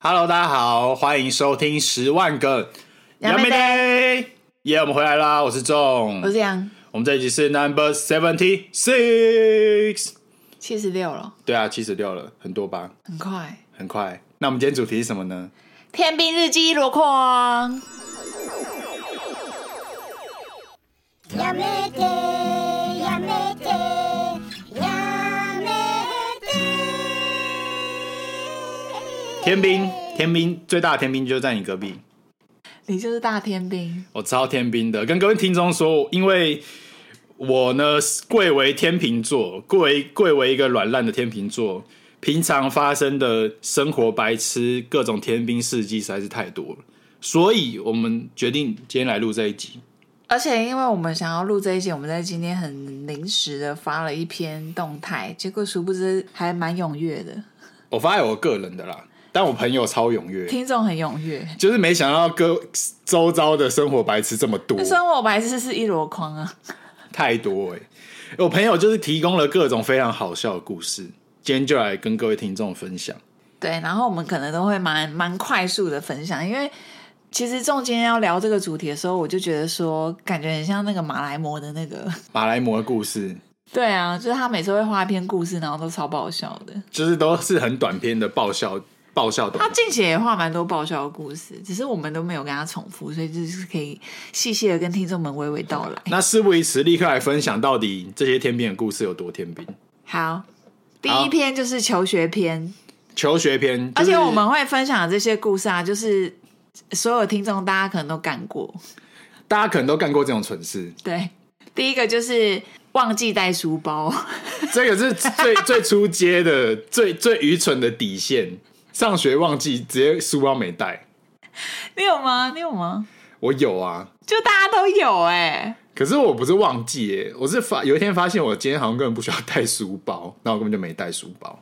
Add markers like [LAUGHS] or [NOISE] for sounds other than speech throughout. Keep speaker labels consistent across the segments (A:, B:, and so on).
A: Hello，大家好，欢迎收听十万个杨梅 day，耶我们回来啦，我是仲
B: 我，是这样，
A: 我们这一集是 Number Seventy Six，
B: 七十六了，
A: 对啊，七十六了，很多吧，
B: 很快。
A: 很快。那我们今天主题是什么呢？
B: 天兵日记箩筐，
C: やめてやめてやめて
A: 天兵，天兵最大的天兵就在你隔壁，
B: 你就是大天兵，
A: 我超天兵的。跟各位听众说，因为我呢贵为天秤座，贵为贵为一个软烂的天秤座，平常发生的生活白痴各种天兵事迹实在是太多了，所以我们决定今天来录这一集。
B: 而且因为我们想要录这一集，我们在今天很临时的发了一篇动态，结果殊不知还蛮踊跃的，
A: 我发现我个人的啦，但我朋友超踊跃，
B: 听众很踊跃。
A: [LAUGHS] 就是没想到各周遭的生活白痴这么多
B: 那，生活白痴是一箩筐啊，
A: 太多哎、我朋友就是提供了各种非常好笑的故事，今天就来跟各位听众分享。
B: 对，然后我们可能都会蛮蛮快速的分享，因为其实仲今天要聊这个主题的时候，我就觉得说，感觉很像那个马来貘的那个，
A: 马来貘的故事，
B: 对啊，就是他每次会画一篇故事，然后都超爆笑的。
A: 就是都是很短篇的爆笑爆笑的
B: 他。近期也画蛮多爆笑的故事，只是我们都没有跟他重复，所以就是可以细细的跟听众们娓娓道来。
A: 那事不宜迟，立刻来分享到底这些天兵的故事有多天兵。
B: 好，第一篇就是求学篇，
A: 求学篇，
B: 而
A: 就是
B: 且我们会分享的这些故事啊，就是所有听众大家可能都干过。
A: 大家可能都干过这种蠢事，
B: 对，第一个就是忘记带书包，
A: 这个是最最初阶的、最最愚蠢的底线。上学忘记，直接书包没带。
B: 你有吗？你有吗？
A: 我有啊，
B: 就大家都有哎、
A: 可是我不是忘记耶，我是发有一天发现我今天好像根本不需要带书包，那我根本就没带书包。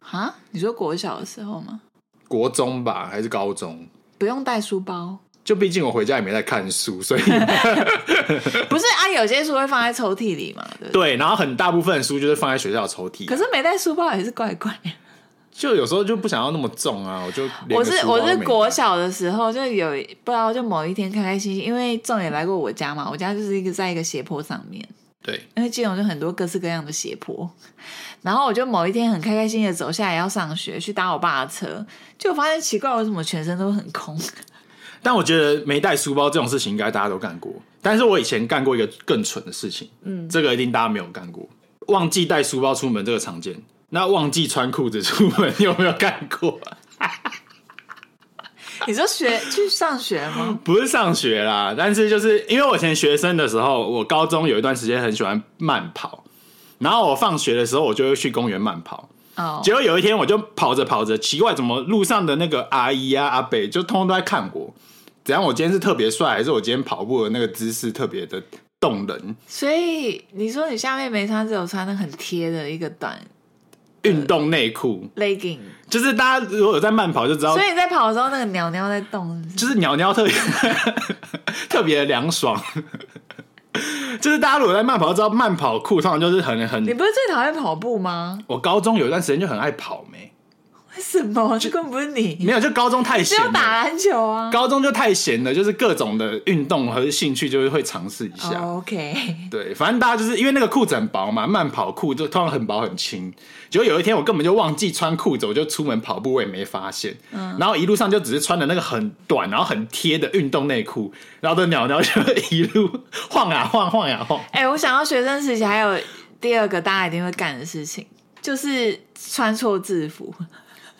B: 啊，你说国小的时候吗？
A: 国中吧还是高中？
B: 不用带书包，
A: 就毕竟我回家也没在看书，所以
B: 不是啊？有些书会放在抽屉里嘛，对不对？
A: 对，然后很大部分的书就是放在学校的抽屉。啊
B: 可是没带书包也是怪怪的。
A: 就有时候就不想要那么重啊，我就连
B: 我
A: 个
B: 是
A: 书包都
B: 我
A: 没
B: 是国
A: 带
B: 小的时候就有不知道就某一天开开心心，因为仲也来过我家嘛，我家就是一个在一个斜坡上面，
A: 对，
B: 因为基隆就很多各式各样的斜坡，然后我就某一天很开开心心的走下来要上学，去搭我爸的车，就发现奇怪为什么全身都很空， [LAUGHS]
A: 但我觉得没带书包这种事情应该大家都干过，但是我以前干过一个更蠢的事情，嗯，这个一定大家没有干过，忘记带书包出门这个常见，那忘记穿裤子出门 [LAUGHS] 你有没有干过？
B: 你说学去上学吗？
A: 不是上学啦，但是就是因为我以前学生的时候，我高中有一段时间很喜欢慢跑，然后我放学的时候我就会去公园慢跑，
B: 哦，
A: [LAUGHS] 结果有一天我就跑着跑着，奇怪，怎么路上的那个阿姨啊、阿北就通通都在看我？怎样？我今天是特别帅，还是我今天跑步的那个姿势特别的动人？
B: 所以你说你下面没穿，只有穿那个很贴的一个短
A: 运动内裤，
B: legging，
A: 就是大家如果有在慢跑就知道
B: [LAUGHS] 所，以你在跑的时候那个鸟鸟在动是不是
A: 就是鸟鸟特别特别的凉爽。 [LAUGHS] 就是大家如果在慢跑，就知道慢跑裤通常就是很
B: 你
A: 很。
B: 不是最讨厌跑步吗？
A: 我高中有一段时间就很爱跑没，
B: 为什么？ [LAUGHS] 这根本不是你，
A: 没有就高中太
B: 只
A: 闲
B: 有
A: 了，
B: 打篮球啊。
A: 高中就太闲了，就是各种的运动和兴趣就是会尝试一下。
B: o k
A: 对，反正大家就是因为那个裤子很薄嘛，慢跑裤就通常很薄很轻。结果有一天我根本就忘记穿裤子，我就出门跑步，我也没发现。
B: 嗯
A: 然后一路上就只是穿的那个很短，然后很贴的运动内裤，然后的鸟鸟就一路晃啊晃，晃呀、晃。
B: 哎、我想到学生时期还有第二个大家一定会干的事情，就是穿错制服，很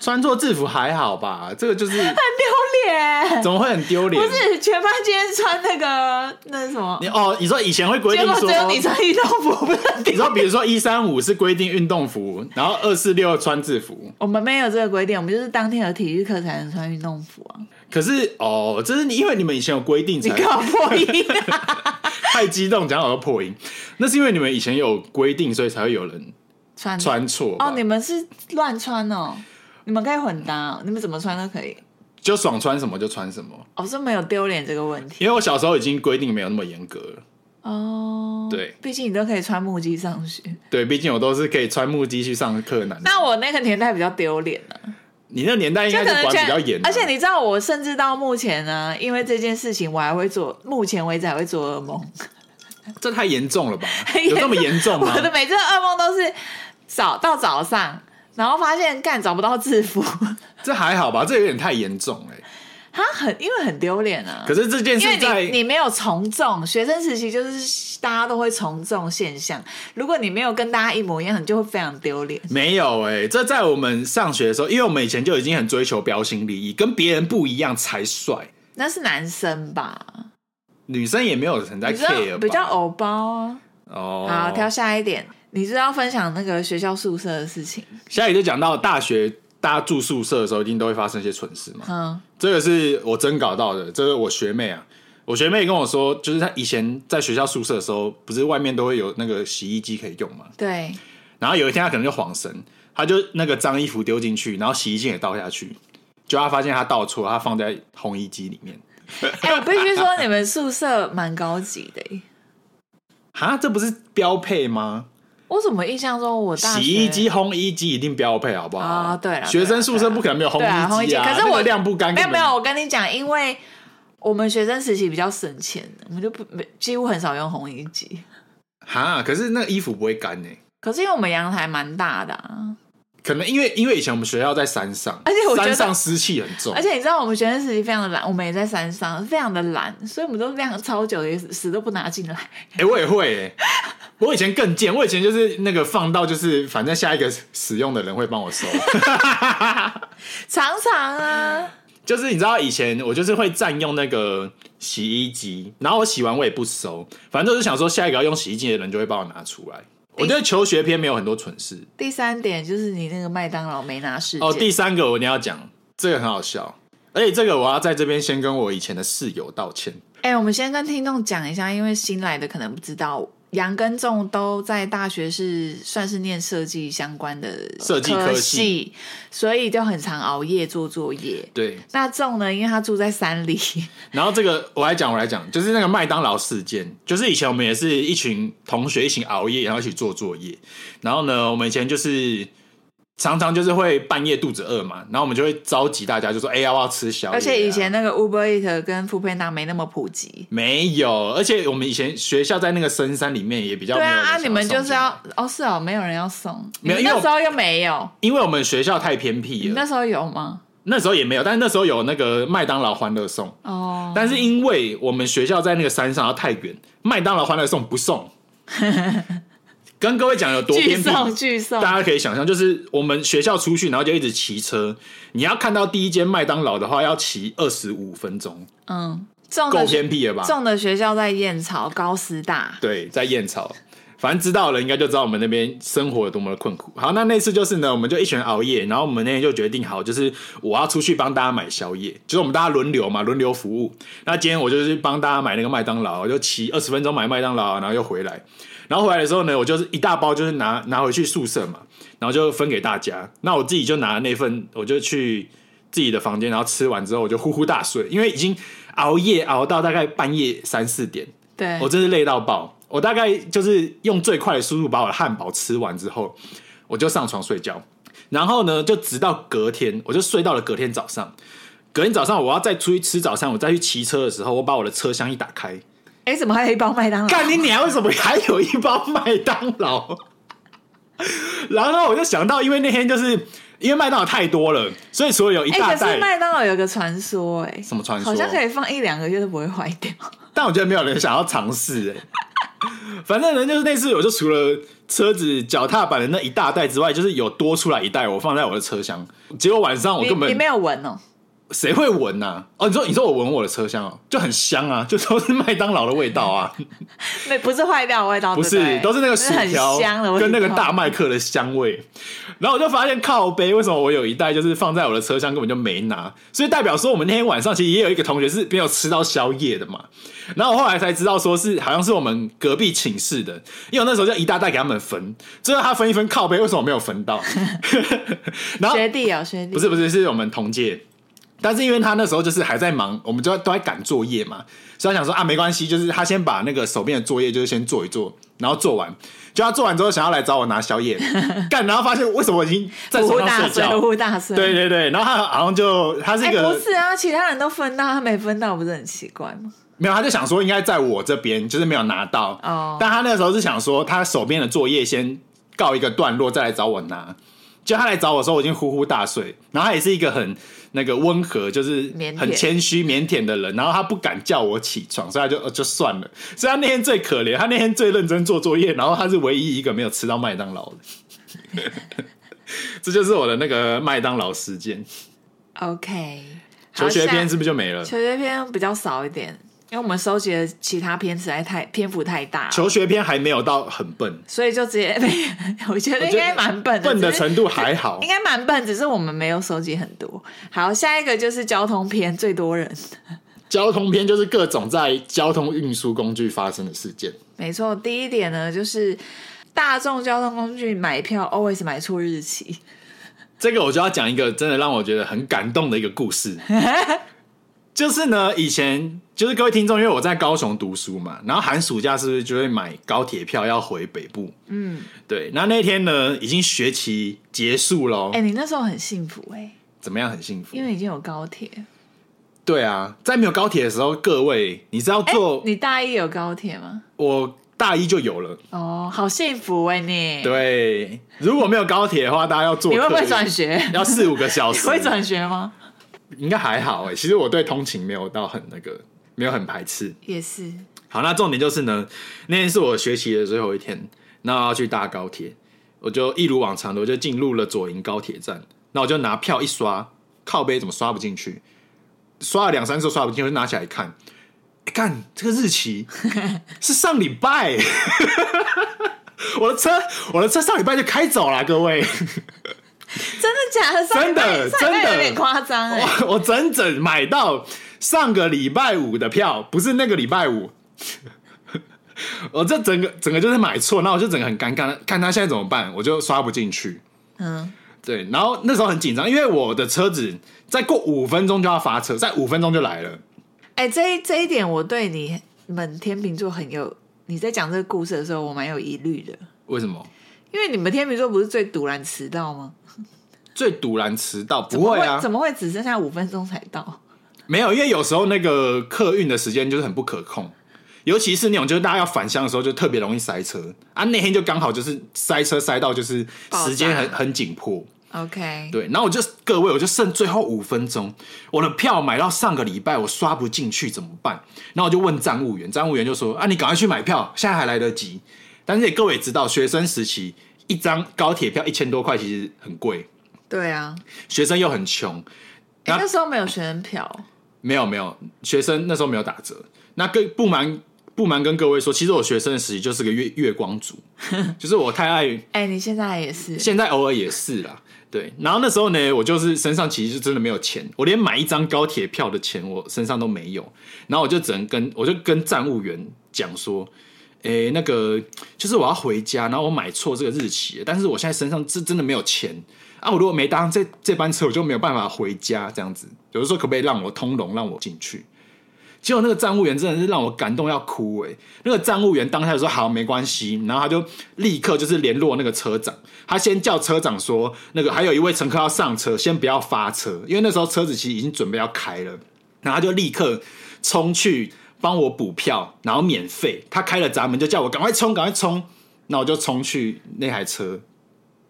A: 穿错制服还好吧？这个就是
B: 丢脸。
A: 怎么会很丢脸？
B: [LAUGHS] 不是全班今天穿那个那是什么
A: 你，哦，你说以前会规
B: 结
A: 定
B: 果
A: 说
B: 只。有你穿运动服，不是
A: 你说，比如说一三五是规定运动服，然后二四六穿制服，
B: 我们没有这个规定，我们就是当天有体育课才能穿运动服啊。
A: 可是哦，这是因为你们以前有规定
B: 你
A: 才
B: 搞破音、啊
A: [LAUGHS] 太激动，讲好要破音。那是因为你们以前有规定，所以才会有人
B: 穿
A: 穿错吧
B: 哦，你们是乱穿哦，你们可以混搭、哦，你们怎么穿都可以。
A: 就爽穿什么就穿什么。
B: 哦，是没有丢脸这个问题
A: 因为我小时候已经规定没有那么严格了，
B: 哦。
A: 对
B: 毕竟你都可以穿木屐 [LAUGHS] 上学。
A: 对，毕竟我都是可以穿木屐去上课的男生。
B: 那我那个年代比较丢脸了、啊
A: 你那个年代应
B: 就
A: 该
B: 可
A: 是
B: 能
A: 管比较
B: 全
A: 严，啊的，
B: 而且你知道，我甚至到目前呢，因为这件事情，我还会做，目前为止还会做噩梦。
A: 这太严重了吧？
B: [LAUGHS] 严
A: 有
B: 重
A: 这么严重吗
B: [LAUGHS] 我？的每次噩梦都是早到早上，然后发现干找不到制服， [LAUGHS]
A: 这还好吧？这有点太严重哎、
B: 他很因为很丢脸啊。
A: 可是这件
B: 因
A: 事在
B: 为你你没有从众，学生时期就是大家都会从众现象。如果你没有跟大家一模一样，你就会非常丢脸。
A: 没有哎、这在我们上学的时候，因为我们以前就已经很追求标新立异，跟别人不一样才帅。
B: 那是男生吧？
A: 女生也没有很在
B: 你知道
A: care，吧
B: 比较偶包啊。
A: 哦。
B: 好，挑下一点，你知道分享那个学校宿舍的事情？
A: 下雨就讲到大学，大家住宿舍的时候，一定都会发生一些蠢事嘛。
B: 嗯，
A: 这个是我真搞到的，这是我学妹啊。我学妹跟我说，就是她以前在学校宿舍的时候，不是外面都会有那个洗衣机可以用嘛。
B: 对，
A: 然后有一天她可能就晃神，她就那个脏衣服丢进去，然后洗衣精也倒下去，就她发现她倒错，她放在烘衣机里面。
B: 哎、我必须说，你们宿舍蛮高级的、欸。
A: 哈，这不是标配吗？
B: 我怎么印象中我大学
A: 洗衣机、烘衣机一定标配，好不好？
B: 啊对了
A: 学生宿舍不可能没有烘
B: 对啊，烘
A: 衣
B: 机，可是
A: 那
B: 我
A: 个晾不干，
B: 没有
A: 根
B: 没
A: 本
B: 有，我跟你讲，因为我们学生时期比较省钱，我们就不没几乎很少用烘衣机。
A: 哈，可是那个衣服不会干欸呢、
B: 可是因为我们阳台蛮大的、啊，
A: 可能因为因为以前我们学校在山上，
B: 而且我觉得
A: 山上湿气很重，
B: 而且你知道我们学生时期非常的懒，我们也在山上，非常的懒，所以我们都晾超久，也死都不拿进来。
A: 哎、我也会、欸，我以前更贱，我以前就是那个放到就是反正下一个使用的人会帮我收， [LAUGHS]
B: 常常啊，
A: 就是你知道以前我就是会占用那个洗衣机，然后我洗完我也不收，反正就是想说下一个要用洗衣机的人就会帮我拿出来。我觉得求学篇没有很多蠢事
B: 第三点就是你那个麦当劳没拿事件。
A: 哦。第三个我一定要讲，这个很好笑，而且这个我要在这边先跟我以前的室友道歉。
B: 哎、我们先跟听众讲一下，因为新来的可能不知道，杨跟仲都在大学是算是念设计相关的
A: 设计科
B: 科
A: 系，
B: 所以就很常熬夜做作业。
A: 对，
B: 那仲呢，因为他住在山里，
A: 然后这个我来讲，我来讲，就是那个麦当劳事件，就是以前我们也是一群同学一起熬夜，然后一起做作业。然后呢，我们以前就是常常就是会半夜肚子饿嘛，然后我们就会召集大家，就说：“哎、要不要吃宵夜啊、
B: 而且以前那个 Uber Eat 跟 f o o p a n d a 没那么普及。
A: 没有，而且我们以前学校在那个深山里面也比较
B: 对
A: 没有
B: 啊，
A: 人
B: 啊，
A: 想
B: 你们
A: 送
B: 就是
A: 进来
B: 要哦，是哦，没有人要送，
A: 没有因
B: 你们
A: 为我
B: 那时候又没有，
A: 因为我们学校太偏僻
B: 你
A: 了，
B: 那时候有吗？
A: 那时候也没有，但是那时候有那个麦当劳欢乐颂，
B: 哦，
A: 但是因为我们学校在那个山上，然后太远，麦当劳欢乐颂不送。跟各位讲有多
B: 巨
A: 偏僻，
B: 送巨送，
A: 大家可以想象，就是我们学校出去，然后就一直骑车。你要看到第一间麦当劳的话，要骑二十五分钟，
B: 嗯，种
A: 够
B: 的学
A: 偏僻了吧？
B: 种的学校在燕巢高师大，
A: 对，在燕巢，反正知道了，应该就知道我们那边生活有多么的困苦。好，那那次就是呢，我们就一群人熬夜，然后我们那天就决定好，就是我要出去帮大家买宵夜，就是我们大家轮流嘛，轮流服务。那今天我就是帮大家买那个麦当劳，我就骑二十分钟买麦当劳，然后又回来。然后回来的时候呢，我就是一大包，就是拿拿回去宿舍嘛，然后就分给大家。那我自己就拿那份，我就去自己的房间，然后吃完之后我就呼呼大睡，因为已经熬夜熬到大概半夜三四点，
B: 对，
A: 我真是累到爆。我大概就是用最快的速度把我的汉堡吃完之后，我就上床睡觉。然后呢，就直到隔天，我就睡到了隔天早上。隔天早上我要再出去吃早餐，我再去骑车的时候，我把我的车厢一打开，
B: 哎、怎么还有一包麦当劳？
A: 干你娘！为什么还有一包麦当劳？然后我就想到，因为那天就是因为麦当劳太多了，所以所有一
B: 哎、
A: 大
B: 可是
A: 袋。
B: 麦当劳有个传说、哎，
A: 什么传说
B: 好像可以放一两个月都不会坏掉。
A: 但我觉得没有人想要尝试哎。 [LAUGHS] 反正呢，就是那次我就除了车子脚踏板的那一大袋之外，就是有多出来一袋，我放在我的车厢。结果晚上我
B: 你
A: 根
B: 你
A: 本
B: 没有闻哦、
A: 谁会闻呐、哦，你说你说我闻我的车厢哦，就很香啊，就都是麦当劳的味道啊，
B: 没不是坏掉的味道，
A: 不
B: 对
A: 是
B: 对
A: 都是那个薯
B: 很
A: 条
B: 香的味道，
A: 跟那个大麦克的香味。然后我就发现靠背，为什么我有一袋就是放在我的车厢根本就没拿？所以代表说我们那天晚上其实也有一个同学是没有吃到宵夜的嘛。然后我后来才知道，说是好像是我们隔壁寝室的，因为我那时候就一大袋给他们分，最后他分一分 [LAUGHS] 靠背，为什么我没有分到？然后
B: 学弟哦、学弟
A: 不是不是，是我们同届。但是因为他那时候就是还在忙，我们就都在赶作业嘛，所以他想说啊，没关系，就是他先把那个手边的作业就是先做一做，然后做完，就他做完之后想要来找我拿宵夜，干，然后发现为什么我已经在
B: 呼
A: 床上
B: 大
A: 睡
B: [LAUGHS] 睡，
A: 觉，
B: 呼大睡。
A: 对对对，然后他好像就他是一
B: 哎，
A: 个、
B: 不是啊，其他人都分到，他没分到，不是很奇怪吗？
A: 没有，他就想说应该在我这边，就是没有拿到。
B: 哦
A: 但他那时候是想说，他手边的作业先告一个段落，再来找我拿。就他来找我的时候，我已经呼呼大睡。然后他也是一个很那个温和，就是
B: 腼腆
A: 很谦虚、腼腆的人。然后他不敢叫我起床，所以他就、呃、就算了。所以他那天最可怜，他那天最认真做作业，然后他是唯一一个没有吃到麦当劳的。 [LAUGHS] 这就是我的那个麦当劳事件。
B: OK，
A: 求学篇是
B: 不
A: 不是就没了？
B: 求学篇比较少一点，因为我们收集的其他篇实在太篇幅太大了，
A: 求学篇还没有到很笨，
B: 所以就直接被 [LAUGHS] 我觉得应该蛮笨的，
A: 笨的
B: 只是
A: 程度还 [LAUGHS] 好
B: 应。该蛮笨，只是我们没有收集很多。好，下一个就是交通篇最多人，
A: 交通篇就是各种在交通运输工具发生的事件。
B: 没错。第一点呢，就是大众交通工具买票 always 买错日期。
A: 这个我就要讲一个真的让我觉得很感动的一个故 [LAUGHS] 事，就是呢，以前就是各位听众，因为我在高雄读书嘛，然后寒暑假是不是就会买高铁票要回北部？
B: 嗯，
A: 对，那那天呢已经学期结束喽，
B: 哎、你那时候很幸福哎、
A: 怎么样？很幸福
B: 因？为已经有高铁。
A: 对啊，在没有高铁的时候，各位你知道
B: 哎、
A: 坐、
B: 你大一有高铁吗？
A: 我大一就有了。
B: 哦，好幸福哎、你。，
A: 对，如果没有高铁的话，大家要坐
B: 你会不会
A: 客运
B: 转学？
A: 要四五个小
B: [LAUGHS] 你
A: 时，
B: 会转学吗？
A: 应该还好哎、其实我对通勤没有到很那个，没有很排斥。
B: 也是，
A: 好，那重点就是呢，那天是我学习的最后一天，那我要去搭高铁，我就一如往常的，我就进入了左营高铁站，那我就拿票一刷，靠背怎么刷不进去？刷了两三次都刷不进去，我就拿起来一看，哎看这个日期是上礼拜， [LAUGHS] 我的车我的车上礼拜就开走了，各位。
B: 真的假的？上礼拜
A: 真的
B: 上礼拜
A: 真的
B: 有点夸张哎。
A: [LAUGHS] 我我整整买到上个礼拜五的票，不是那个礼拜五。 [LAUGHS] 我这整个整个就是买错，那我就整个很尴尬，看他现在怎么办，我就刷不进去。
B: 嗯，
A: 对，然后那时候很紧张，因为我的车子再过五分钟就要发车，在五分钟就来了。
B: 哎、这一这一点我对你们天秤座很有，你在讲这个故事的时候，我蛮有疑虑的，
A: 为什么？
B: 因为你们天秤座不是最突然迟到吗？
A: 最堵然迟到
B: 怎
A: 不
B: 么
A: 会啊
B: 怎，么会只剩下五分钟才到？
A: 没有，因为有时候那个客运的时间就是很不可控，尤其是那种就是大家要返乡的时候，就特别容易塞车啊。那天就刚好就是塞车塞到就是时间很
B: 爆炸
A: 很紧迫，
B: OK，
A: 对。然后我就各位，我就剩最后五分钟，我的票买到上个礼拜我刷不进去怎么办？然后我就问站务员，站务员就说啊，你赶快去买票，现在还来得及。但是也各位也知道，学生时期一张高铁票一千多块其实很贵，
B: 对啊，
A: 学生又很穷，
B: 哎
A: 那
B: 那时候没有学生票，
A: 没有没有，学生那时候没有打折。那跟不瞒不瞒跟各位说，其实我学生的时期就是个月月光族，就是我太爱，
B: 哎、你现在也是，
A: 现在偶尔也是啦。对，然后那时候呢，我就是身上其实就真的没有钱，我连买一张高铁票的钱我身上都没有，然后我就只能跟我就跟站务员讲说，诶，那个就是我要回家，然后我买错这个日期了，但是我现在身上是真的没有钱啊，我如果没搭上这这班车，我就没有办法回家这样子。有的时候可不可以让我通融，让我进去？结果那个站务员真的是让我感动要哭诶、那个站务员当下就说好没关系，然后他就立刻就是联络那个车长，他先叫车长说那个还有一位乘客要上车，先不要发车，因为那时候车子其实已经准备要开了，然后他就立刻冲去帮我补票，然后免费，他开了闸门就叫我赶快冲赶快冲，那我就冲去那台车，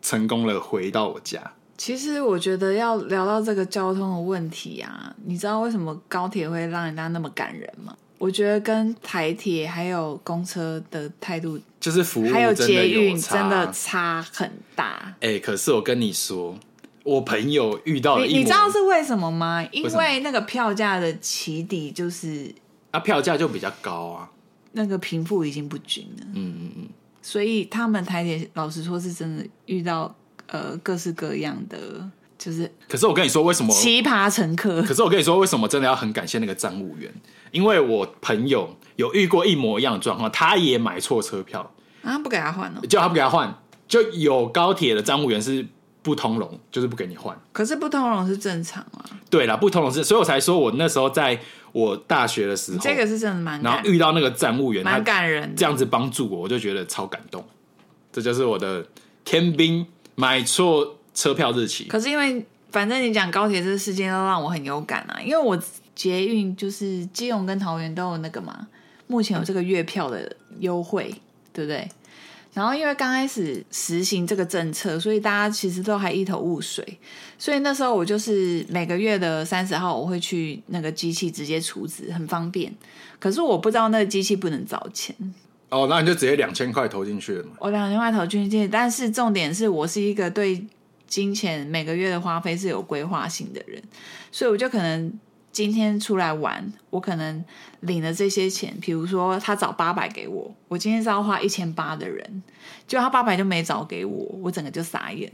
A: 成功了回到我家。
B: 其实我觉得要聊到这个交通的问题啊，你知道为什么高铁会让人家那么感人吗？我觉得跟台铁还有公车的态度，
A: 就是服务
B: 还有
A: 真的
B: 捷运
A: 有差
B: 真的差很大。
A: 哎、可是我跟你说，我朋友遇到哦了一
B: 你
A: 模，
B: 你知道是为什么吗？因
A: 为什么
B: 为那个票价的起底就是
A: 啊，票价就比较高啊。
B: 那个贫富已经不均了，
A: 嗯嗯嗯，
B: 所以他们台铁老实说是真的遇到呃各式各样的就是
A: 可是我跟你说，为什么？
B: 奇葩乘客
A: 可。是我跟你说，为什么真的要很感谢那个站务员？因为我朋友有遇过一模一样的状况，他也买错车票，
B: 啊，不给他换了、
A: 叫他不给他换，就有高铁的站务员是不通融，就是不给你换。
B: 可是不通融是正常啊，
A: 对啦，不同的是，所以我才说我那时候在我大学的时候，
B: 这个是真的蛮
A: 然后
B: 感
A: 遇到那个站务员，他
B: 蛮感人
A: 这
B: 的。
A: 样子帮助我，我就觉得超感动。这就是我的天兵买错车票日期，
B: 可是因为反正你讲高铁这个事件都让我很有感啊，因为我捷运就是基隆跟桃园都有那个嘛，目前有这个月票的优惠，对不对？然后因为刚开始实行这个政策，所以大家其实都还一头雾水。所以那时候我就是每个月的三十号，我会去那个机器直接储值，很方便。可是我不知道那个机器不能找钱，
A: 哦，那你就直接两千块投进去了嘛。
B: 我两千块投进去，但是重点是我是一个对金钱每个月的花费是有规划性的人，所以我就可能今天出来玩，我可能领了这些钱，比如说他找八百给我，我今天是要花一千八的人，就他八百就没找给我，我整个就傻眼。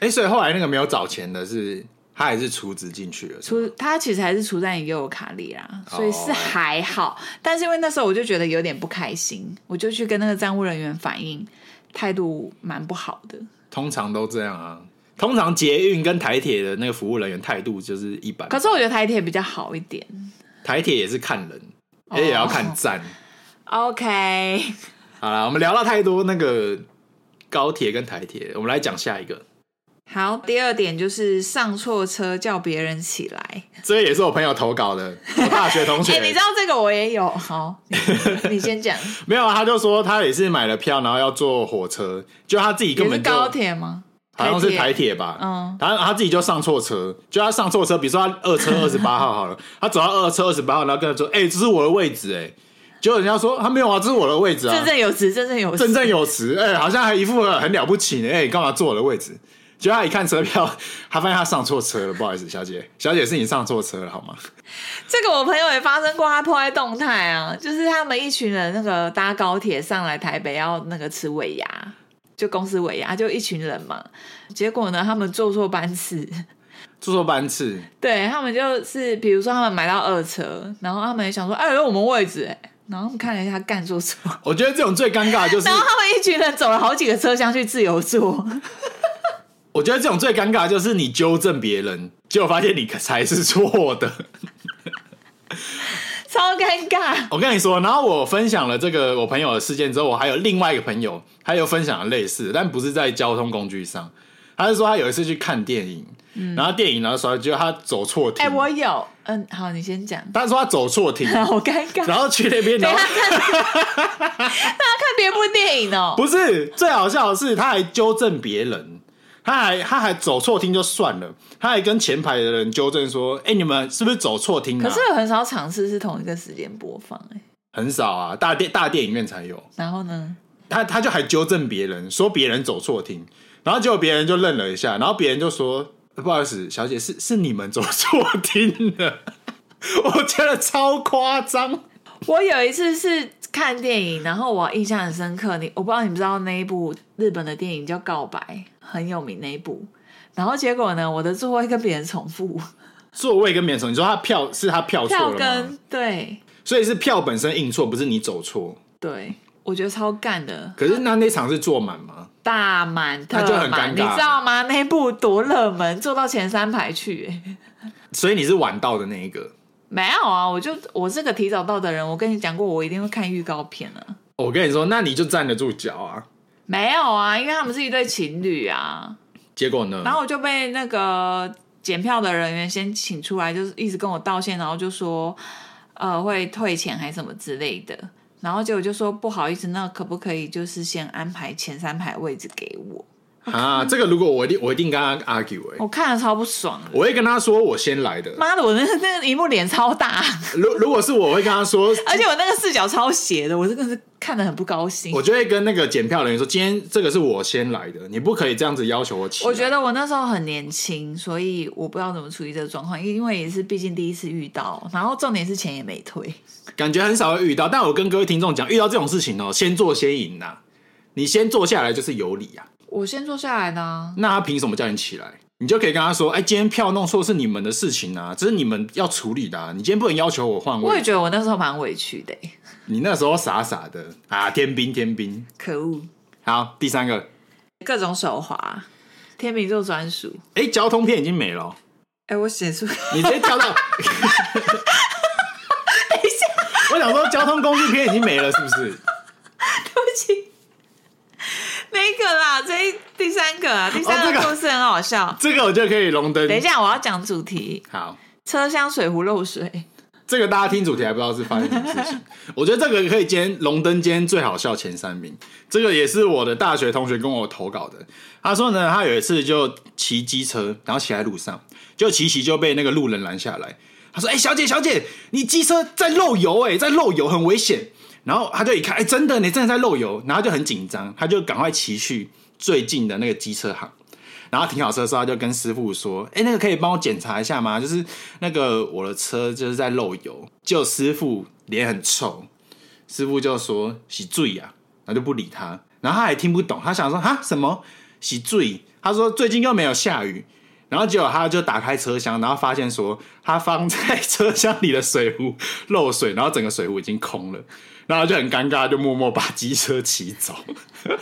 A: 哎、所以后来那个没有找钱的是，他还是储值进去了。是吗
B: 出他其实还是出在你右卡里啦，所以是还好。但是因为那时候我就觉得有点不开心，我就去跟那个站务人员反映，态度蛮不好的。
A: 通常都这样啊。通常捷运跟台铁的那个服务人员态度就是一般，
B: 可是我觉得台铁比较好一点。
A: 台铁也是看人，
B: 哦
A: 也也要看站。
B: OK，
A: 好啦，我们聊到太多那个高铁跟台铁，我们来讲下一个。
B: 好，第二点就是上错车叫别人起来。
A: 这也是我朋友投稿的，我大学同
B: [LAUGHS] 哎、
A: 学。
B: 你知道这个我也有，
A: [LAUGHS]
B: 好，你你先讲，
A: 没有啊，他就说他也是买了票，然后要坐火车，就他自己根
B: 也是
A: 本就
B: 高铁吗？
A: 好像是
B: 台
A: 台铁吧，
B: 嗯
A: 他他自己就上错车，就他上错车，比如说他二车二十八号好了， [LAUGHS] 他走到二车二十八号，然后跟他说：“哎、这是我的位置。”哎，结果人家说他没有啊，这是我的位置啊，
B: 振
A: [LAUGHS]
B: 振有词，振振有词，
A: 振振有词，哎、好像还一副很了不起呢，哎、干嘛坐我的位置？结果他一看车票，他发现他上错车了，不好意思，小姐，小姐是你上错车了好吗？
B: 这个我朋友也发生过，他破坏动态啊，就是他们一群人那个搭高铁上来台北要那个吃尾牙，就公司尾牙，就一群人嘛。结果呢，他们坐错班次， [LAUGHS]
A: 坐错班次，
B: 对他们就是比如说他们买到二车，然后他们也想说，哎，有我们位置哎、然后他们看了一下，干坐错，
A: 我觉得这种最尴尬的就是
B: 然，后他们一群人走了好几个车厢去自由坐，
A: 我觉得这种最尴尬的就是你纠正别人，结果发现你才是错的。 [LAUGHS]
B: 超尴尬。
A: 我跟你说，然后我分享了这个我朋友的事件之后，我还有另外一个朋友，他有分享了类似，但不是在交通工具上。他是说他有一次去看电影，
B: 嗯
A: 然后电影然后说，结果他走错厅。
B: 哎、 [LAUGHS] 我有，嗯，好，你先讲，
A: 他说他走错厅，
B: 好尴尬。
A: 然后去那边，
B: 等
A: 然
B: 一
A: 后
B: 下看，他看别部电影哦、
A: 不是最好笑的是，他还纠正别人，他还他还走错厅就算了，他还跟前排的人纠正说：“哎、你们是不是走错厅啊？”
B: 可是有很少场次是同一个时间播放、哎，
A: 很少啊，大电大电影院才有。
B: 然后呢？
A: 他他就还纠正别人，说别人走错厅，然后结果别人就愣了一下，然后别人就说：“呃不好意思，小姐，是是你们走错厅了。” [LAUGHS] 我觉得超夸张。
B: 我有一次是看电影，然后我印象很深刻，你我不知道你不知道那一部日本的电影叫《告白》，很有名那一部。然后结果呢，我的座位跟别人重复，
A: 座位跟免手，你说他票是他票错
B: 票
A: 了吗？
B: 根，对
A: 所以是票本身印错，不是你走错。
B: 对，我觉得超干的，
A: 可是那那场是坐满吗？
B: 大满特
A: 那就很
B: 满，
A: 尴
B: 你
A: 尬
B: 知道吗？那一部多热门，坐到前三排去、 [LAUGHS] 哎
A: 所以你是晚到的那一个。
B: 没有啊，我就我是个提早到的人，我跟你讲过，我一定会看预告片啊。
A: 我跟你说，那你就站得住脚啊。
B: 没有啊，因为他们是一对情侣啊。
A: 结果呢？
B: 然后我就被那个检票的人员先请出来，就是一直跟我道歉，然后就说呃会退钱还是什么之类的。然后结果就说不好意思，那可不可以就是先安排前三排位置给我？
A: 啊，这个如果我一定我一定跟他 argue 哎、
B: 我看了超不爽的，
A: 我会跟他说我先来的。
B: 妈的，我那个那个荧幕脸超大，
A: 如如果是我我会跟他说，
B: [LAUGHS] 而且我那个视角超斜的，我真的是看得很不高兴
A: 我。就会跟那个检票人员说，今天这个是我先来的，你不可以这样子要求我起来。
B: 我觉得我那时候很年轻，所以我不知道怎么处理这个状况，因为也是毕竟第一次遇到，然后重点是钱也没退。
A: 感觉很少会遇到，但我跟各位听众讲，遇到这种事情哦，先做先赢呐、你先坐下来就是有理啊，
B: 我先坐下来的、啊，
A: 那他凭什么叫你起来？你就可以跟他说，哎，今天票弄错是你们的事情啊，这是你们要处理的、啊，你今天不能要求我换
B: 我也
A: 位。
B: 觉得我那时候蛮委屈的欸、
A: 你那时候傻傻的啊，天兵天兵。
B: 可恶，
A: 好，第三个，
B: 各种手滑，天秤座专属。
A: 哎，交通片已经没了哦，
B: 哎、哎，我写 [LAUGHS] 出
A: 你直接跳到， [LAUGHS] 等一下，我想说交通工具片已经没了，是不是？
B: 对不起，那个啦，这一第三个啊，第
A: 哦
B: 三
A: 这
B: 个
A: 个
B: 故事很好笑。
A: 这个我就可以龙灯。
B: 等一，下，我要讲主题：
A: 好，
B: 车厢水壶漏水。
A: 这个大家听主题还不知道是发生什么事情。
B: [LAUGHS]
A: 我觉得这个可以兼龙灯间最好笑前三名。这个也是我的大学同学跟我投稿的。他说呢，他有一次就骑机车，然后骑在路上，就骑骑就被那个路人拦下来。他说：“哎、小姐，小姐，你机车在漏油、哎，在漏油，很危险。”然后他就一看，哎、真的，你真的在漏油，然后他就很紧张，他就赶快骑去最近的那个机车行。然后停好车之后，他就跟师傅说：“哎，那个可以帮我检查一下吗？就是那个我的车就是在漏油。”就师傅脸很臭，师傅就说：“洗醉呀、然后就不理他。然后他也听不懂，他想说：“哈什么洗醉？”他说：“最近又没有下雨。”然后结果他就打开车厢，然后发现说他放在 [LAUGHS] 车厢里的水壶漏水，然后整个水壶已经空了，然后就很尴尬，就默默把机车骑走。 [LAUGHS]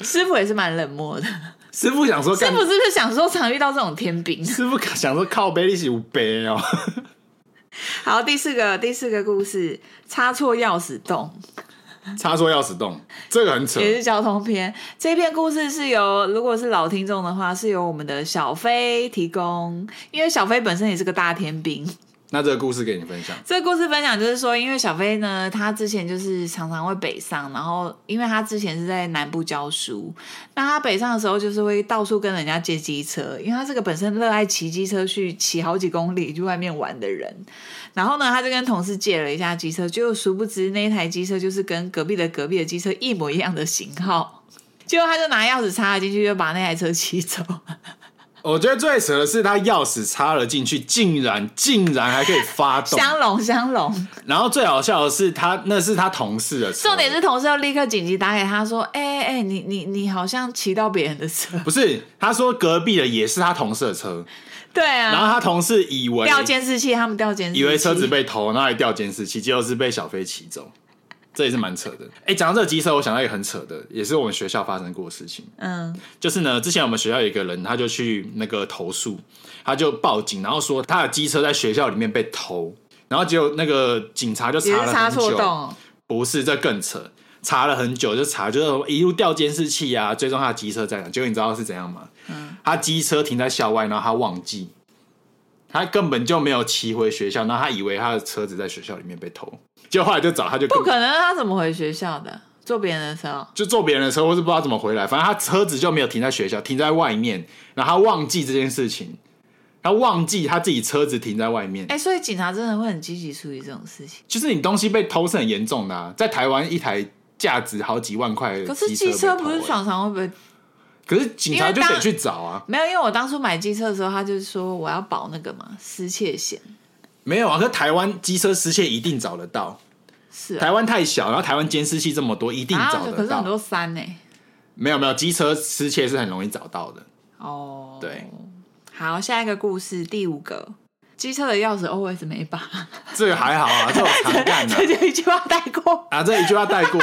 B: 师傅也是蛮冷漠的，
A: 师傅想说
B: 师
A: 干
B: 傅是不是想说常遇到这种天兵？
A: 师傅想说靠背一起五杯哦，
B: [LAUGHS] 好，第四个第四个故事，插错钥匙洞。
A: [LAUGHS] 插座钥匙洞，这个很扯。
B: 也是交通篇。这篇故事是由，如果是老听众的话，是由我们的小飞提供，因为小飞本身也是个大天兵。
A: 那这个故事给你分享，
B: 这个故事分享就是说，因为小飞呢，他之前就是常常会北上，然后因为他之前是在南部教书，那他北上的时候就是会到处跟人家借机车，因为他是个本身热爱骑机车去骑好几公里去外面玩的人。然后呢，他就跟同事借了一下机车，结果殊不知那一台机车就是跟隔壁的隔壁的机车一模一样的型号，结果他就拿钥匙插了进去，就把那台车骑走。
A: 我觉得最扯的是他钥匙插了进去，竟然竟然还可以发动。
B: 相容相容，
A: 然后最好笑的是他那是他同事的车，
B: 重点是同事要立刻紧急打给他说：“
A: 嗯
B: 哎、哎、哎你你你好像骑到别人的车。
A: [LAUGHS] 不是他说隔壁的也是他同事的车，”
B: 对
A: 然后
B: 啊，
A: 他同事以为
B: 调监视器，他们调监视器，
A: 以为车子被偷，然后还调监视器，结果是被小飞骑走，这也是蛮扯的。哎，讲到这个机车，我想到一个很扯的，也是我们学校发生过的事情。
B: 嗯，
A: 就是呢，之前我们学校有一个人，他就去那个投诉，他就报警，然后说他的机车在学校里面被偷，然后结果那个警察就
B: 也
A: 查
B: 是
A: 了
B: 插
A: 很
B: 错
A: 久，
B: 洞，
A: 不是这更扯，查了很久就查，就是一路调监视器啊，追踪他的机车在哪。结果你知道是怎样吗？
B: 嗯
A: 他机车停在校外，然后他忘记，他根本就没有骑回学校，然后他以为他的车子在学校里面被偷，结果后来就找他就根本
B: 不可能，他怎么回学校的？坐别人的车哦，
A: 就坐别人的车，或是不知道怎么回来，反正他车子就没有停在学校，停在外面，然后他忘记这件事情，他忘记他自己车子停在外面。
B: 哎、所以警察真的会很积极处理这种事情。
A: 就是你东西被偷是很严重的、啊，在台湾一台价值好几万块的
B: 可
A: 机
B: 是
A: 被
B: 机车
A: 偷
B: 不是
A: 欸，
B: 常常会被
A: 可是警察就
B: 因为
A: 得
B: 当
A: 去找啊，
B: 没有，因为我当初买机车的时候，他就是说我要保那个嘛失窃险，
A: 没有啊，可是台湾机车失窃一定找得到，
B: 是啊，
A: 台湾太小，然后台湾监视器这么多，一定找
B: 啊可
A: 得
B: 是
A: 到。
B: 很多山呢、
A: 没有没有，机车失窃是很容易找到的。
B: 哦，
A: 对，
B: 好，下一个故事，第五个，机车的钥匙 always 没拔，
A: 这个还好啊，这我常干的、
B: [LAUGHS] 这就一句话带过。
A: 啊，这一句话带过。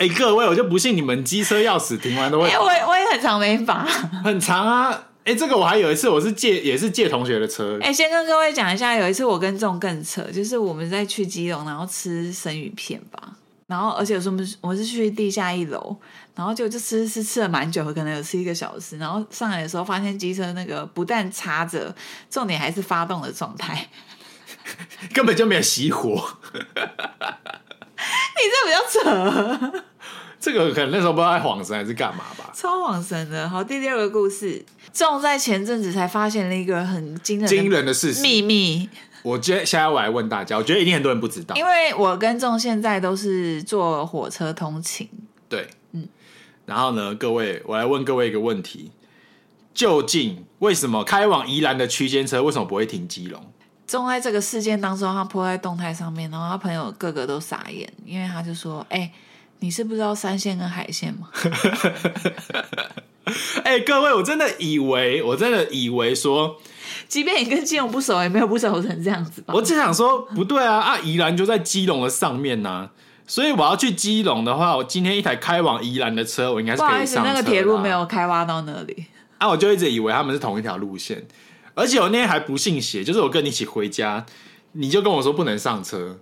A: 哎、各位，我就不信你们机车钥匙停完都会
B: 哎、我也我也很常没拔。
A: 很长啊。哎、这个我还有一次，我是借也是借同学的车，
B: [LAUGHS] 哎、先跟各位讲一下，有一次我跟仲更扯，就是我们在去基隆，然后吃生鱼片吧。然后，而且我们我是去地下一楼，然后就就吃吃吃了蛮久，可能有吃一个小时。然后上来的时候，发现机车那个不但插着，重点还是发动的状态。 [LAUGHS]
A: 根本就没有熄火。 [LAUGHS]
B: 你这比较扯。
A: 这个可能那时候不知道在晃神还是干嘛吧。
B: 超晃神的。好，第六个故事，仲在前阵子才发现了一个很惊人的
A: 惊人的事实，
B: 秘密，
A: 我觉得现在我来问大家，我觉得一定很多人不知道。
B: 因为我跟仲现在都是坐火车通勤，
A: 对，嗯。然后呢，各位，我来问各位一个问题：究竟为什么开往宜兰的区间车为什么不会停基隆？
B: 仲在这个事件当中，他泼在动态上面，然后他朋友个个都傻眼，因为他就说：“哎、你是不知道三线跟海线吗？ [LAUGHS]
A: 哎、各位，我真的以为，我真的以为说，
B: 即便你跟金融不熟，也没有不熟成这样子吧
A: 我只想说，不对啊，啊，宜兰就在基隆的上面呐、所以我要去基隆的话，我今天一台开往宜兰的车，我应该？”是
B: 不好
A: 可
B: 意
A: 以
B: 思，
A: 上车的啊
B: 那个铁路没有开挖到那里。
A: 啊，我就一直以为他们是同一条路线。而且我那天还不信邪，就是我跟你一起回家，你就跟我说不能上车，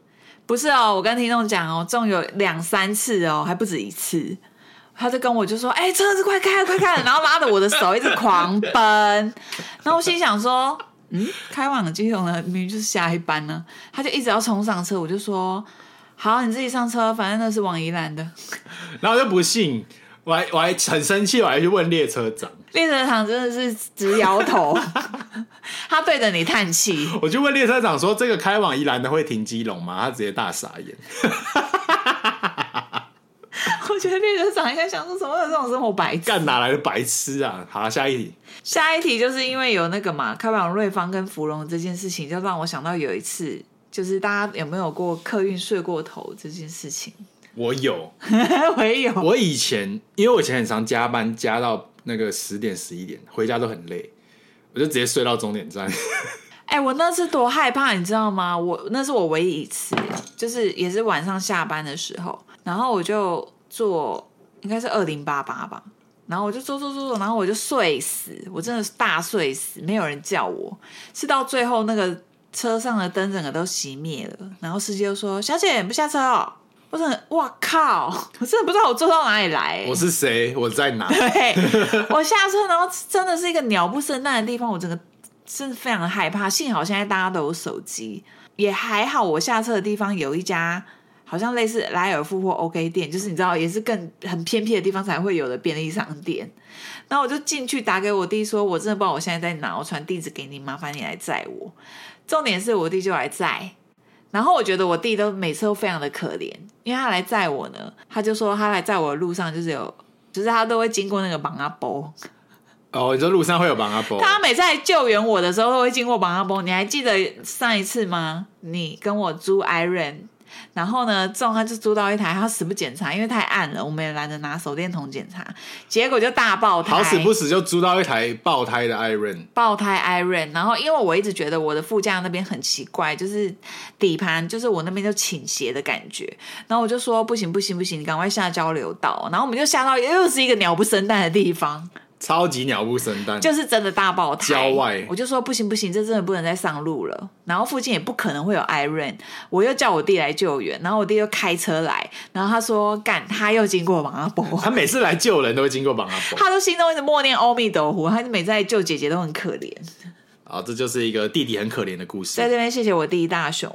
B: 不是哦，我跟听众讲哦，中有两三次哦，还不止一次。他就跟我就说：“哎、车子快开，快开！”然后拉着我的手一直狂奔。然后我心想说：“嗯，开往基隆的明明就是下一班呢、他就一直要冲上车，我就说：“好，你自己上车，反正那是往宜兰的。
A: 然后我就不信，我还我还很生气，我还去问列车长，”
B: 列车长真的是直摇 [LAUGHS] 头，他对着你叹气。
A: 我就问列车长说这个开往宜兰的会停基隆吗？他直接大傻眼。
B: 我觉得列车长应该想说：“怎么会有这种生活白痴？”
A: 干哪来的白痴啊！好啦，下一题。
B: 下一题就是因为有那个嘛，开往瑞芳跟芙蓉这件事情，就让我想到有一次，就是大家有没有过客运睡过头这件事情？
A: 我有，
B: [LAUGHS] 我也有，
A: [LAUGHS] 我以前因为我以前很常加班，加到那个十点十一点，回家都很累，我就直接睡到终点
B: [LAUGHS]
A: 站。
B: 哎、我那次多害怕，你知道吗？我那是我唯一一次，就是也是晚上下班的时候，然后我就坐应该是二零八八吧，然后我就坐坐坐坐，然后我就睡死，我真的是大睡死，没有人叫我，是到最后那个车上的灯整个都熄灭了，然后司机就说：“小姐，你不下车哦。”我真的，哇靠！ [LAUGHS] 我真的不知道我坐到哪里来、欸
A: 我是谁？我在哪？ [LAUGHS]
B: 对，我下车，然后真的是一个鸟不生蛋的地方，我整个真的非常的害怕。幸好现在大家都有手机，也还好。我下车的地方有一家好像类似莱尔富或 OK 店，就是你知道，也是更很偏僻的地方才会有的便利商店。然后我就进去打给我弟说，我真的不知道我现在在哪，我传地址给你，麻烦你来载我。重点是我弟就来载。然后我觉得我弟都每次都非常的可怜，因为他来载我呢，他就说他来载我的路上就是有，就是他都会经过那个绑阿波，
A: 哦，你说路上会有帮阿伯？
B: 他每次来救援我的时候都会经过绑阿波。你还记得上一次吗？你跟我租 Iron，然后呢，仲他就租到一台，他死不检查，因为太暗了，我们也懒得拿手电筒检查，结果就大爆胎，
A: 好死不死就租到一台爆胎的 Iron，
B: 爆胎 Iron，然后因为我一直觉得我的副驾那边很奇怪，就是底盘就是我那边就倾斜的感觉，然后我就说不行不行不行，你赶快下交流道，然后我们就下到又是一个鸟不生蛋的地方，
A: 超级鸟不生蛋。
B: 就是真的大爆胎。
A: 郊外
B: 我就说不行不行，这真的不能再上路了。然后附近也不可能会有 Iron，我又叫我弟来救援，然后我弟又开车来，然后他说干，他又经过马阿波。
A: [LAUGHS] 他每次来救人都会经过帮阿伯。
B: 他都心中一直默念阿弥陀佛，他每次在救姐姐都很可怜。
A: 好，这就是一个弟弟很可怜的故事
B: 在。这边谢谢我弟大雄，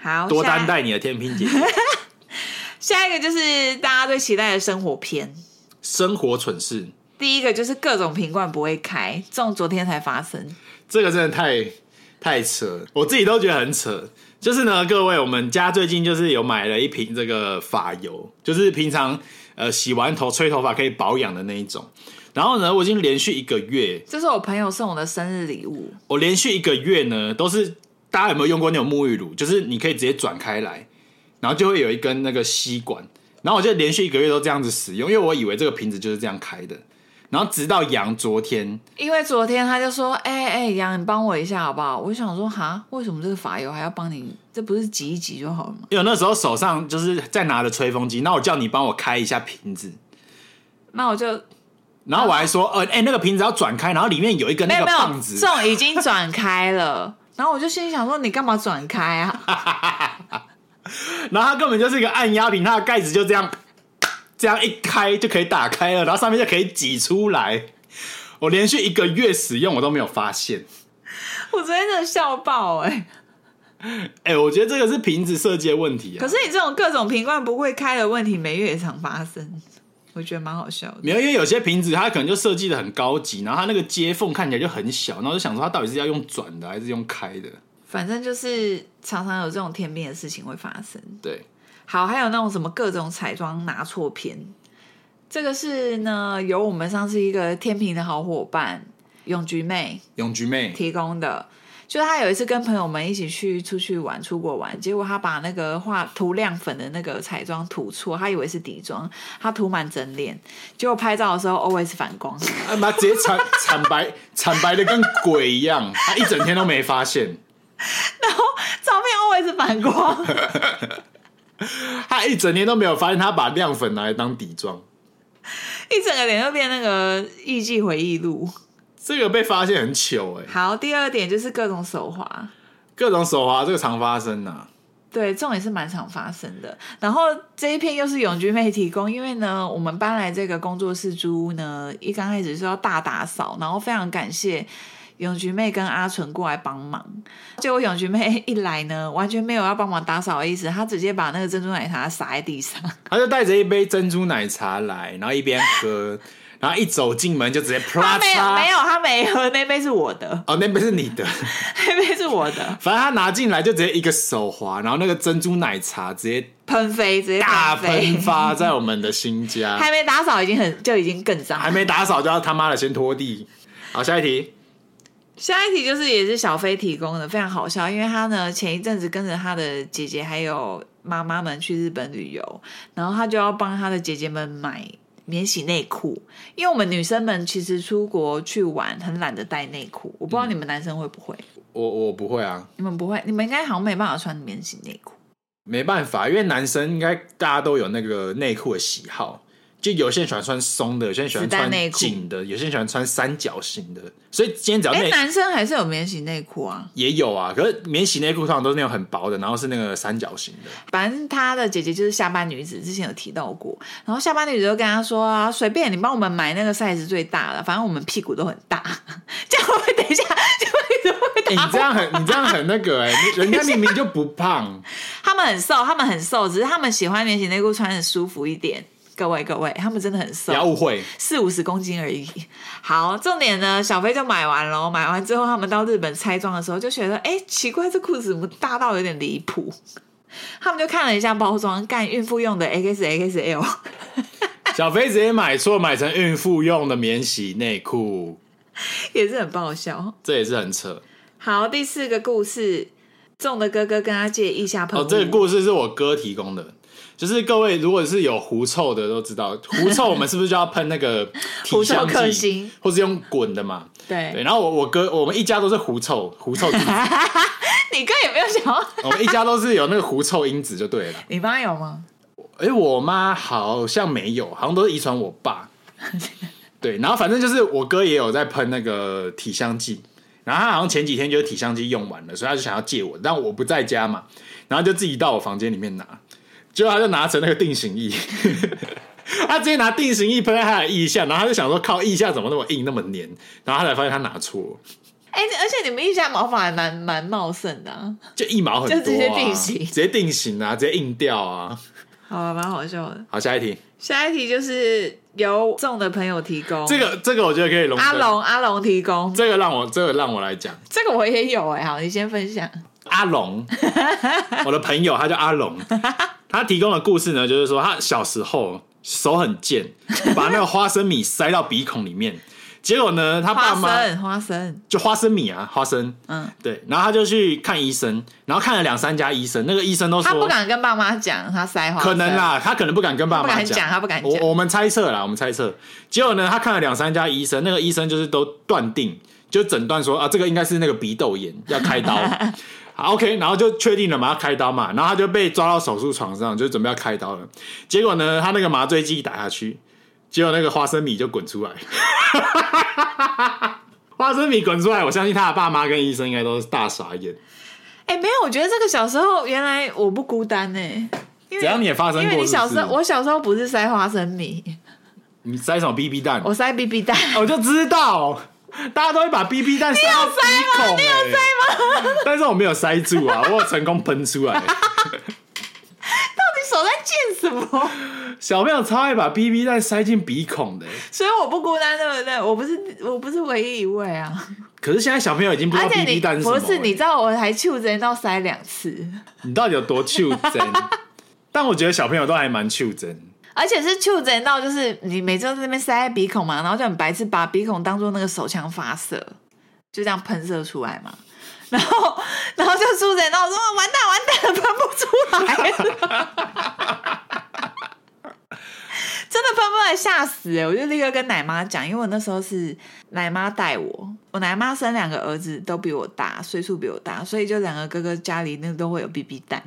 B: 好
A: 多
B: 下
A: 担待你的天平姐，
B: 下一个就是大家最期待的生活篇，
A: 生活蠢事，
B: 第一个就是各种瓶罐不会开，这种昨天才发生。
A: 这个真的太太扯，我自己都觉得很扯。就是呢，各位，我们家最近就是有买了一瓶这个发油，就是平常呃洗完头吹头发可以保养的那一种。然后呢，我已经连续一个月，
B: 这是我朋友送我的生日礼物，
A: 我连续一个月呢都是呃大家有没有用过那种沐浴乳？就是你可以直接转开来，然后就会有一根那个吸管。然后我就连续一个月都这样子使用，因为我以为这个瓶子就是这样开的。然后直到杨昨天，
B: 因为昨天他就说：“哎、哎，杨，你帮我一下好不好？”我想说：“哈，为什么这个法油还要帮你？这不是挤一挤就好了吗
A: 因为我那时候手上就是在拿着吹风机，那我叫你帮我开一下瓶子，？”
B: 那我就
A: 然后我还说，呃，哎、那个瓶子要转开，然后里面有一根
B: 没
A: 那
B: 有
A: 个
B: 啊没有啊
A: 棒，子
B: 这，种已经转开了。 [LAUGHS] 然后我就心里想说：“你干嘛转开啊？ [LAUGHS]
A: 然后它根本就是一个按压瓶，它的盖子就这样，这样一开就可以打开了，然后上面就可以挤出来。我连续一个月使用，我都没有发现。
B: 我昨天真的笑爆哎、
A: 哎、我觉得这个是瓶子设计的问题啊。
B: 可是你这种各种瓶罐不会开的问题，每月也常发生，我觉得蛮好笑的。
A: 没有，因为有些瓶子它可能就设计的很高级，然后它那个接缝看起来就很小，然后我就想说它到底是要用转的还是用开的？
B: 反正就是常常有这种天边的事情会发生。
A: 对，
B: 好，还有那种什么各种彩妆拿错片，这个是呢由我们上次一个天平的好伙伴永菊妹
A: 永菊妹
B: 提供的。就她有一次跟朋友们一起去出去玩，出国玩，结果她把那个画涂亮粉的那个彩妆涂错，她以为是底妆，她涂满整脸，结果拍照的时候 always 反光。 [LAUGHS]
A: 啊妈，直接惨惨白 [LAUGHS] 惨白的跟鬼一样，他一整天都没发现，
B: 照片 always 反光， [LAUGHS]
A: 他一整天都没有发现他把亮粉拿来当底妆，
B: 一整个脸就变那个艺伎回忆录。
A: 这个被发现很糗哎、
B: 好，第二点就是各种手滑，
A: 各种手滑这个常发生呐、啊。
B: 对，这种也是蛮常发生的。然后这一篇又是永居妹提供，因为呢，我们搬来这个工作室租屋呢，一刚开始是要大打扫，然后非常感谢永居妹跟阿纯过来帮忙。结果永居妹一来呢，完全没有要帮忙打扫的意思，她直接把那个珍珠奶茶洒在地上。
A: 他就带着一杯珍珠奶茶来，然后一边喝， [LAUGHS] 然后一走进门就直接
B: 她
A: 啪
B: 没有
A: 嚓，
B: 没有，她没喝，那杯是我的， [LAUGHS]
A: 哦，那杯是你的， [LAUGHS]
B: 那杯是我的，
A: 反正他拿进来就直接一个手滑，然后那个珍珠奶茶直接
B: 喷飞，直接
A: 大
B: 飞 [LAUGHS]
A: 喷。发在我们的新家，
B: 还没打扫已经很就已经更脏了，
A: 还没打扫就要他妈的先拖地。好，下一题，
B: 下一题就是也是小飞提供的，非常好笑，因为他呢前一阵子跟着他的姐姐还有妈妈们去日本旅游，然后他就要帮他的姐姐们买免洗内裤，因为我们女生们其实出国去玩很懒得带内裤，我不知道你们男生会不会，
A: 我我不会啊，
B: 你们不会，你们应该好像没办法穿免洗内裤。
A: 没办法，因为男生应该大家都有那个内裤的喜好，就有些人喜欢穿松的，有些人喜欢
B: 子弹
A: 穿
B: 内裤
A: 紧的，有些人喜欢穿三角形的，所以今天只要
B: 哎、
A: 内
B: 男生还是有免洗内裤啊，
A: 也有啊，可是免洗内裤通常都是那种很薄的，然后是那个三角形的。
B: 反正他的姐姐就是下班女子，之前有提到过。然后下班女子就跟他说啊，随便你帮我们买那个 size 最大的，反正我们屁股都很大。 [LAUGHS] 这样会不会等一下，这样会不
A: 哎、
B: 会打
A: 你这样很，你这样很那个哎、
B: [LAUGHS]
A: 你人家明明就不胖，
B: 他们很瘦，他们很瘦，只是他们喜欢免洗内裤穿的舒服一点。各位各位，他们真的很
A: 不要
B: 瘦，
A: 误会。
B: 四五十公斤而已。好，重点呢，小飞就买完了。买完之后，他们到日本拆装的时候就觉得，哎、奇怪，这裤子怎么大到有点离谱？他们就看了一下包装，干孕妇用的 XXL。
A: 小飞直接买错，买成孕妇用的免洗内裤，
B: 也是很爆笑。
A: 这也是很扯。
B: 好，第四个故事，仲的哥哥跟他借腋下喷雾。
A: 哦，这个故事是我哥提供的。就是各位，如果是有狐臭的都知道，狐臭我们是不是就要喷那
B: [LAUGHS]
A: 个体
B: 狐臭
A: 香
B: 克
A: 剂
B: 星，
A: 或是用滚的嘛？对，
B: 对，
A: 然后我我哥我们一家都是狐臭，狐臭
B: [LAUGHS]
A: 弟弟，
B: 你哥也没有想要，
A: 我们一家都是有那个狐臭因子就对了。
B: [LAUGHS] 你妈有吗？
A: 哎、我妈好像没有，好像都是遗传我
B: [LAUGHS]
A: 爸。对，然后反正就是我哥也有在喷那个体香剂，然后他好像前几天就是体香剂用完了，所以他就想要借我，但我不在家嘛，然后就自己到我房间里面拿，结果他就拿成那个定型液， [LAUGHS] 他直接拿定型液喷在他的腋下，然后他就想说靠，腋下怎么那么硬那么黏，然后他才发现他拿错，
B: 哎、而且你们腋下毛发还蛮蛮茂盛的、啊，
A: 就一毛很多、啊，
B: 就直接定型
A: 直接定型啊，直接硬掉啊。
B: 好吧，蛮好笑的。
A: 好，下一题，
B: 下一题就是由仲的朋友提供，
A: 这个这个我觉得可以隆
B: 阿
A: 升
B: 龙阿龙提供，
A: 这个让我，这个让我来讲。
B: 这个我也有哎、好，你先分享。
A: 阿
B: [LAUGHS]
A: 龙，我的朋友，他叫阿龙，他提供的故事呢，就是说他小时候手很
B: [LAUGHS]
A: 贱，把那个花生米塞到鼻孔里面，结果呢，他爸
B: 花
A: 妈
B: 生，花生，
A: 就花生米啊，花生，
B: 嗯，
A: 对，然后他就去看医生，然后看了两三家医生，那个医生都
B: 他不
A: 说。
B: 敢跟爸妈讲他塞花生，
A: 可能，啦，他可能不敢跟爸
B: 他
A: 妈
B: 不敢讲他不敢讲
A: 我我们猜测啦，我们猜测。结果呢，他看了两三家医生，那个医生就是都断定，就诊断说啊，这个应该是那个鼻窦炎，要开
B: [LAUGHS]
A: 刀。好，OK，然后就确定了嘛，要开刀嘛，然后他就被抓到手术床上，就准备要开刀了。结果呢，他那个麻醉剂一打下去，结果那个花生米就滚出来， [LAUGHS] 花生米滚出来，我相信他的爸妈跟医生应该都是大傻眼。
B: 哎、没有，我觉得这个小时候原来我不孤单哎、因为
A: 只要你也发生
B: 因为
A: 过
B: 你
A: 是不
B: 小
A: 是
B: 时候，我小时候不是塞花生米，
A: 你塞什么 BB 蛋？
B: 我塞 BB 蛋。 [LAUGHS]
A: [LAUGHS] 我就知道，大家都会把 BB 弹塞到鼻孔、你有塞吗？ [LAUGHS] 但是我没有塞住啊，我有成功喷出
B: [LAUGHS]
A: 来。
B: 你手在贱什么？ [LAUGHS]
A: 小朋友超爱把 BB 弹塞进鼻孔的、欸
B: 所以我不孤单，对不对？我不是我不是唯一一位啊！
A: 可是现在小朋友已经不知道
B: 而且
A: BB
B: 你
A: 弹什么、欸
B: 不是你知，道，我还袖珍到塞两次，
A: 你到底有多袖珍？ [LAUGHS] 但我觉得小朋友都还蛮袖珍。
B: 而且是袖珍到就是你每次都在那边塞在鼻孔嘛，然后就很白痴，把鼻孔当做那个手枪发射，就这样喷射出来嘛。 [LAUGHS] 然后，然后就袖珍到说完蛋完蛋，喷不出来。真的喷不来，吓死、欸！我就立刻跟奶妈讲，因为我那时候是奶妈带我，我奶妈生两个儿子都比我大，岁数比我大，所以就啊两个哥哥家里那都会有 BB 蛋，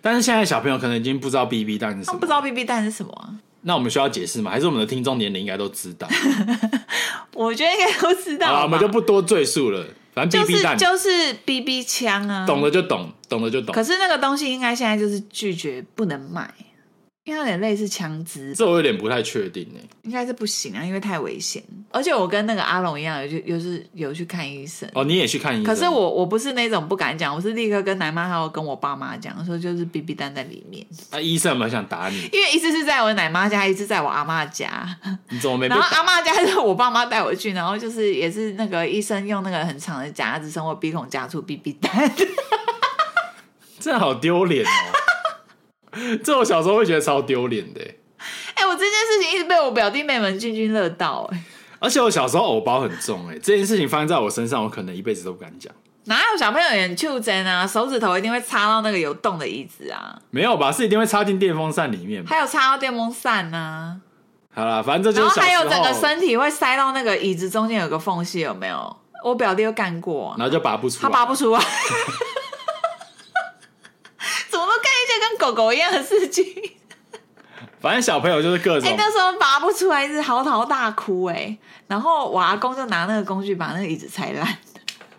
A: 但是现在小朋友可能已经不知道 BB 弹是什
B: 他
A: 么，
B: 们不知道 BB 蛋是什么啊、
A: 那我们需要解释吗？还是我们的听众年龄应该都知
B: [LAUGHS]
A: 道？
B: 我觉得应该都知道
A: 好
B: 吧
A: 了，我们就不多赘述了。反正
B: 就
A: BB
B: 是
A: 蛋，
B: 就是 BB 枪啊，
A: 懂了就懂，懂了就懂
B: 可。是那个东西应该现在就是拒绝不能卖，因为它有点类似枪支，
A: 这我有点不太确定呢、欸
B: 应该是不行啊，因为太危险。而且我跟那个阿龙一样，有去有是有去看医生。
A: 哦，你也去看医生？
B: 可是我我不是那种不敢讲，我是立刻跟奶妈还有跟我爸妈讲，说就是 BB 弹在里面，
A: 啊，医生有没有想打你？
B: 因为一次是在我奶妈家，一次在我阿妈家，
A: 你怎么哎没被
B: 然后
A: 打？
B: 阿妈家是我爸妈带我去，然后就是也是那个医生用那个很长的夹子从我鼻孔夹出 BB 弹，
A: 这好丢脸哦！ [LAUGHS] 这我小时候会觉得超丢脸的欸、
B: [LAUGHS] 哎、我这件事情一直被我表弟妹们津津乐道、哎，
A: 而且我小时候偶包很重、欸，哎，这件事情发生在我身上，我可能一辈子都不敢讲。
B: 哪有小朋友演袖珍啊？手指头一定会插到那个有洞的椅子啊，
A: 没有吧？是一定会插进电风扇里面吧。
B: 还有插到电风扇呐、
A: 好啦，反正这就
B: 然后
A: 是小时
B: 还
A: 候，
B: 有整个身体会塞到那个椅子中间有个缝隙，有没有？我表弟有干过啊、
A: 然后就拔不出
B: 他
A: 来。
B: 拔不出来， [LAUGHS] 怎么都干一件跟狗狗一样的事情？
A: 反正小朋友就是各
B: 哎、
A: 种，
B: 那时候拔不出来是嚎啕大哭哎、然后我阿公就拿那个工具把那个椅子拆烂。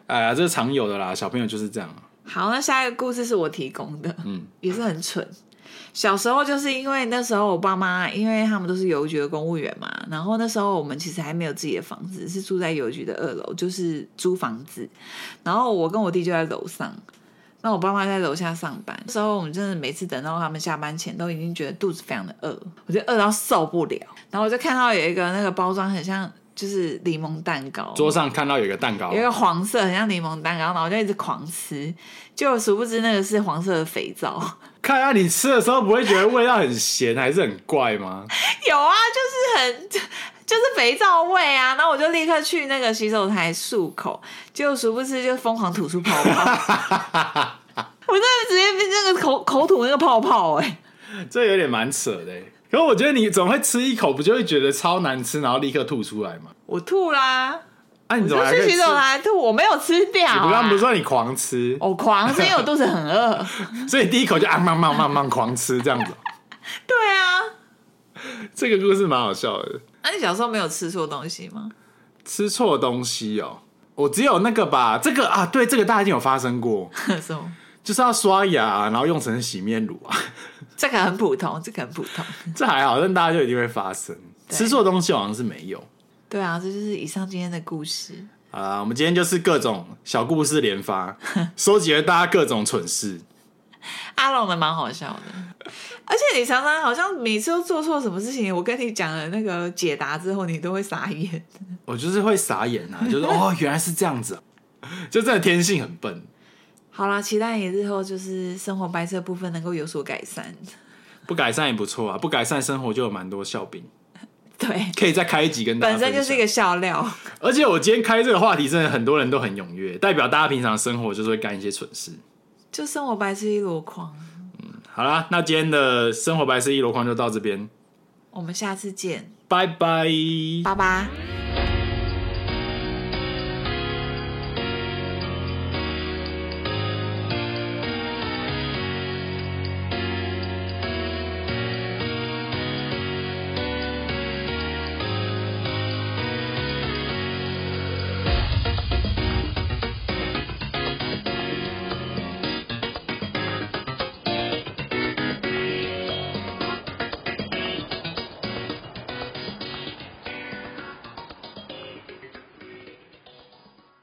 A: 哎呀，这是常有的啦，小朋友就是这样啊。
B: 好，那下一个故事是我提供的，
A: 嗯，
B: 也是很蠢。小时候就是因为那时候我爸妈，因为他们都是邮局的公务员嘛，然后那时候我们其实还没有自己的房子，是住在邮局的二楼，就是租房子。然后我跟我弟就在楼上，那我爸妈在楼下上班。那时候我们真的每次等到他们下班前，都已经觉得肚子非常的饿，我就饿到受不了。然后我就看到有一个那个包装很像就是柠檬蛋糕，
A: 桌上看到有一个蛋糕
B: 有一，个黄色很像柠檬蛋糕，然后我就一直狂吃，就殊不知那个是黄色的肥皂。 [LAUGHS]
A: 看下你吃的时候不会觉得味道很咸还是很怪吗？
B: 有啊，就是很就是肥皂味啊，然后我就立刻去那个洗手台漱口，结果殊不知就疯狂吐出泡泡， [LAUGHS] 我真的直接被那个口口吐那个泡泡哎、
A: 这有点蛮扯的欸。可是我觉得你总会吃一口，不就会觉得超难吃，然后立刻吐出来吗？
B: 我吐啦，
A: 啊，
B: 我
A: 你怎么
B: 就
A: 还可以
B: 去
A: 吃？
B: 洗手台吐，我没有吃掉、
A: 你
B: 啊。
A: 不刚不是说你狂吃，哦
B: 我狂是因为我肚子很
A: [LAUGHS]
B: 饿，
A: 所以第一口就啊慢慢慢慢狂吃这样子哦。 [LAUGHS]
B: 对啊。
A: 这个故事蛮好笑的。
B: 那、你小时候没有吃错东西吗？ [LAUGHS]
A: 吃错东西哦，我只有那个吧，这个啊，对，这个大家一定有发生过，
B: 什么？
A: 就是要刷牙，然后用成洗面乳啊， [LAUGHS]
B: 这个很普通，这个很普通。
A: 这还好，但大家就一定会发生。
B: 对
A: 吃错东西好像是没有
B: 对啊，这就是以上今天的故事。
A: 啊、我们今天就是各种小故事连
B: [LAUGHS]
A: 发，收集了大家各种蠢事。
B: 阿龙的蛮好笑的， [LAUGHS] 而且你常常好像每次都做错什么事情，我跟你讲了那个解答之后，你都会傻眼。 [LAUGHS]
A: 我就是会傻眼啊，就是哦，原来是这样子啊、就真的天性很笨。
B: 好啦，期待你日后就是生活白色部分能够有所改善。
A: 不改善也不错啊，不改善生活就有蛮多笑柄，
B: 对，
A: 可以再开一集跟大家
B: 本身
A: 分享
B: 就是一个笑料。
A: 而且我今天开这个话题，真的很多人都很踊跃，代表大家平常生活就是会干一些蠢事。
B: 就生活白痴一箩筐。
A: 好啦，那今天的生活白痴一箩筐就到这边，
B: 我们下次见，
A: 拜拜。
B: 拜拜。